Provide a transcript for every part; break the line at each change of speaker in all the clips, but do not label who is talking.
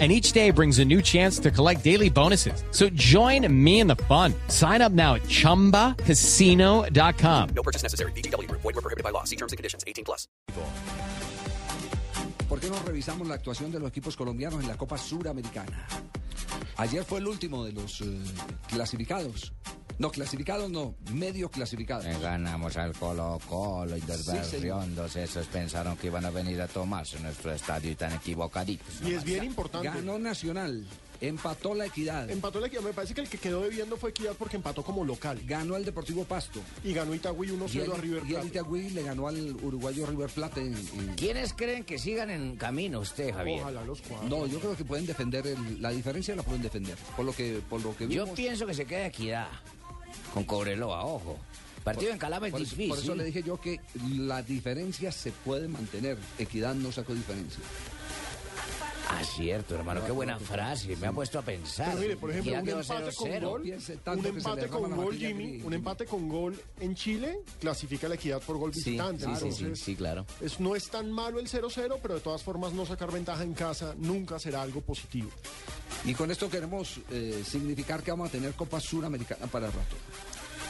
and each day brings a new chance to collect daily bonuses. So join me in the fun. Sign up now at ChumbaCasino.com.
No purchase necessary. BGW. Void were prohibited by law. See terms and conditions. 18 plus.
¿Por qué no revisamos la actuación de los equipos colombianos en la Copa Suramericana? Ayer fue el último de los eh, clasificados. No, clasificados no, medio clasificados.
Eh, Ganamos al Colo Colo y
Sí,
los
señor.
Berriondos. Esos pensaron que iban a venir a tomarse nuestro estadio y tan equivocaditos.
Y es bien importante.
Ganó Nacional, empató la Equidad,
Empató la equidad. Me parece que el que quedó debiendo fue equidad porque empató como local.
ganó al Deportivo Pasto.
Y ganó Itagüí 1-0 a River
y el
Plate.
Itagüí le ganó al uruguayo River Plate. en- en-
¿Quiénes creen que sigan en camino usted, Javier?
Ojalá los cuatro.
No, yo creo que pueden defender, el- la diferencia la pueden defender. Por lo que, por lo que
Yo
vimos,
pienso que se queda equidad con Cobreloa, ojo. Partido en Calama es
por, eso-
Pues difícil.
por eso le dije yo que la diferencia se puede mantener. Equidad no sacó diferencia.
Ah, cierto, hermano, qué buena frase. Me ha puesto a pensar.
Pero mire, por ejemplo,
Equidad quedó
un empate
0-0.
con gol,
Piense tanto
un
que se le
empate
derrama
con
la
gol,
matilla
Jimmy,
que-
un empate con gol en Chile clasifica la equidad por gol visitante.
sí, sí, sí,
Entonces,
sí, claro.
es- no es tan malo el 0-0, pero de todas formas no sacar ventaja en casa nunca será algo positivo.
Y con esto queremos eh, significar que vamos a tener Copa Suramericana para el rato.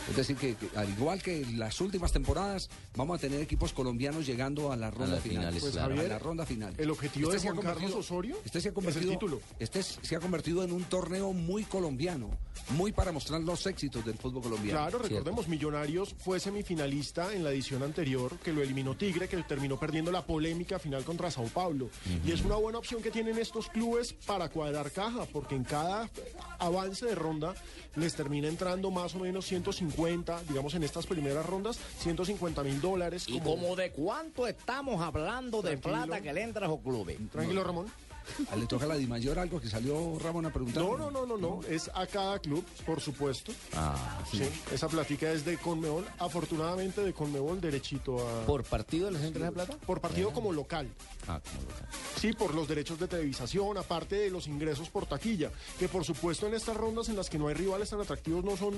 Es decir, que, que al igual que las últimas temporadas, vamos a tener equipos colombianos llegando a la ronda
las
final.
finales,
Pues,
claro.
a
Javier,
la ronda final. ¿Este
el objetivo de
se ha
Juan Carlos
convertido-
Osorio
este se ha
es el
convertido,
título.
Este es- se ha convertido en un torneo muy colombiano, muy para mostrar los éxitos del fútbol colombiano.
Claro, recordemos, Millonarios fue semifinalista en la edición anterior, que lo eliminó Tigre, que terminó perdiendo la polémica final contra Sao Paulo. Y es una buena opción que tienen estos clubes para cuadrar caja, porque en cada avance de ronda les termina entrando más o menos 150, digamos en estas primeras rondas, 150 mil dólares.
¿Y
como-
como de cuánto estamos hablando de
Tranquilo.
plata que le entra a los clubes?
Tranquilo, Ramón.
Ah, Le toca a la Dimayor algo que salió Ramón a preguntar.
No, no, no, no, no. Es a cada club, por supuesto. Sí, esa platica es de Conmebol. Afortunadamente de Conmebol derechito a...
¿Por partido les entra esa plata?
por partido como local.
Ah, como local.
Sí, por los derechos de televisación, aparte de los ingresos por taquilla, que por supuesto en estas rondas en las que no hay rivales tan atractivos no son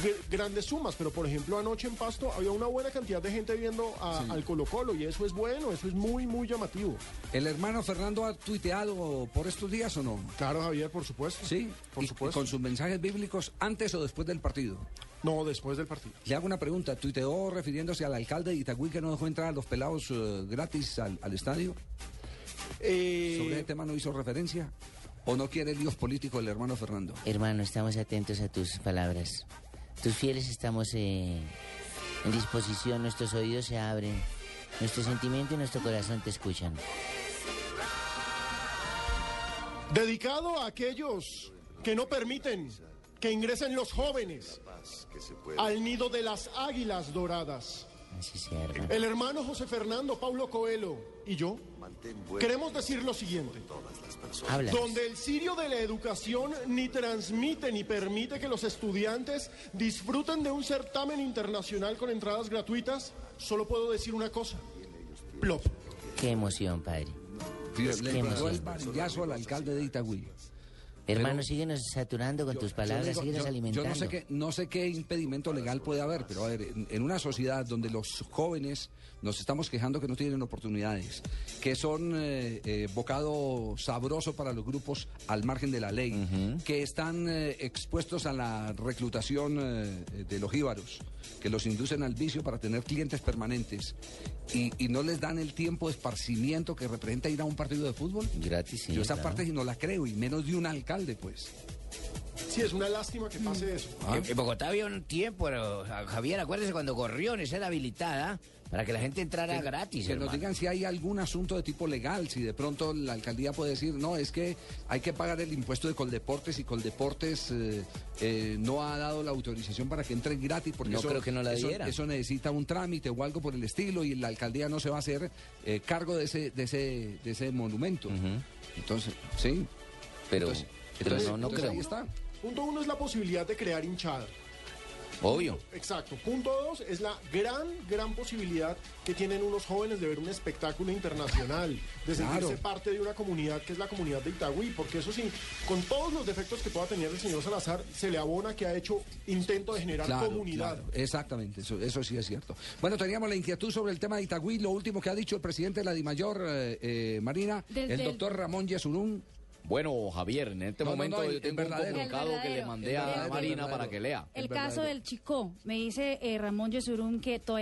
gr- grandes sumas, pero por ejemplo anoche en Pasto había una buena cantidad de gente viendo a- al Colo Colo y eso es bueno, eso es muy, muy llamativo.
¿El hermano Fernando ha tuiteado por estos días o no?
Claro, Javier, por supuesto.
Sí,
por
y- y
supuesto.
con sus mensajes bíblicos antes o después del partido.
No, después del partido.
Le hago una pregunta. ¿Tuiteó refiriéndose al alcalde de Itagüí que no dejó entrar a los pelados eh, gratis al, al estadio?
Eh,
¿Sobre este ese tema no hizo referencia? ¿O no quiere líos políticos el hermano Fernando?
Hermano, estamos atentos a tus palabras. Tus fieles estamos eh, en disposición, nuestros oídos se abren, nuestro sentimiento y nuestro corazón te escuchan.
Dedicado a aquellos que no permiten que ingresen los jóvenes al nido de las águilas doradas.
Así sea, hermano.
El hermano José Fernando Paulo Coelho y yo queremos decir lo siguiente.
Habla.
Donde el cirio de la educación ni transmite ni permite que los estudiantes disfruten de un certamen internacional con entradas gratuitas, solo puedo decir una cosa. Plop.
Qué emoción, padre.
le
que
pegó
emoción.
el varillazo al alcalde de Itagüí.
Hermano, síguenos saturando con tus
Yo
palabras,
digo-
síguenos
yo- yo
alimentando.
no sé, qué, no sé qué impedimento legal puede haber, pero a ver, en, en una sociedad donde los jóvenes nos estamos quejando que no tienen oportunidades, que son eh, eh, bocado sabroso para los grupos al margen de la ley, que están eh, expuestos a la reclutación eh, de los íbaros, que los inducen al vicio para tener clientes permanentes y, y no les dan el tiempo de esparcimiento que representa ir a un partido de fútbol.
Gratis, sí,
Yo esa
claro.
parte sí no la creo, y menos de un alcalde, pues.
Sí, es una lástima que
Mm.
pase eso.
En, en Bogotá había un tiempo, pero, ja- Javier, acuérdese cuando Gorriones era habilitada para que la gente entrara gratis.
Que nos
hermano.
digan si hay algún asunto de tipo legal, si de pronto la alcaldía puede decir, no, es que hay que pagar el impuesto de Coldeportes y Coldeportes eh, eh, no ha dado la autorización para que entre gratis. Porque
No
eso,
creo que no la
eso-
diera.
eso necesita un trámite o algo por el estilo y la alcaldía no se va a hacer eh, cargo de ese, de ese, de ese monumento. Entonces, sí.
pero,
entonces-
pero
entonces-
no, no
entonces
creo.
Ahí está.
Punto uno es la posibilidad de crear hinchada.
Obvio.
Exacto. Punto dos es la gran, gran posibilidad que tienen unos jóvenes de ver un espectáculo internacional, de sentirse
Claro.
parte de una comunidad que es la comunidad de Itagüí, porque eso sí, con todos los defectos que pueda tener el señor Salazar, se le abona que ha hecho intento de generar
Claro,
comunidad.
claro, exactamente, eso, eso sí es cierto. Bueno, teníamos la inquietud sobre el tema de Itagüí, lo último que ha dicho el presidente de la DIMAYOR, eh, eh, Marina,
Desde
el
el-
doctor Ramón Yesurún.
Bueno, Javier, en este
No, no,
momento
no, el-
yo tengo
el
un
verdadero.
comunicado que le mandé
El
a
verdadero, el
Marina
verdadero.
para que lea.
El
El
caso
verdadero.
del Chicó, me dice eh, Ramón Yesurún que todavía...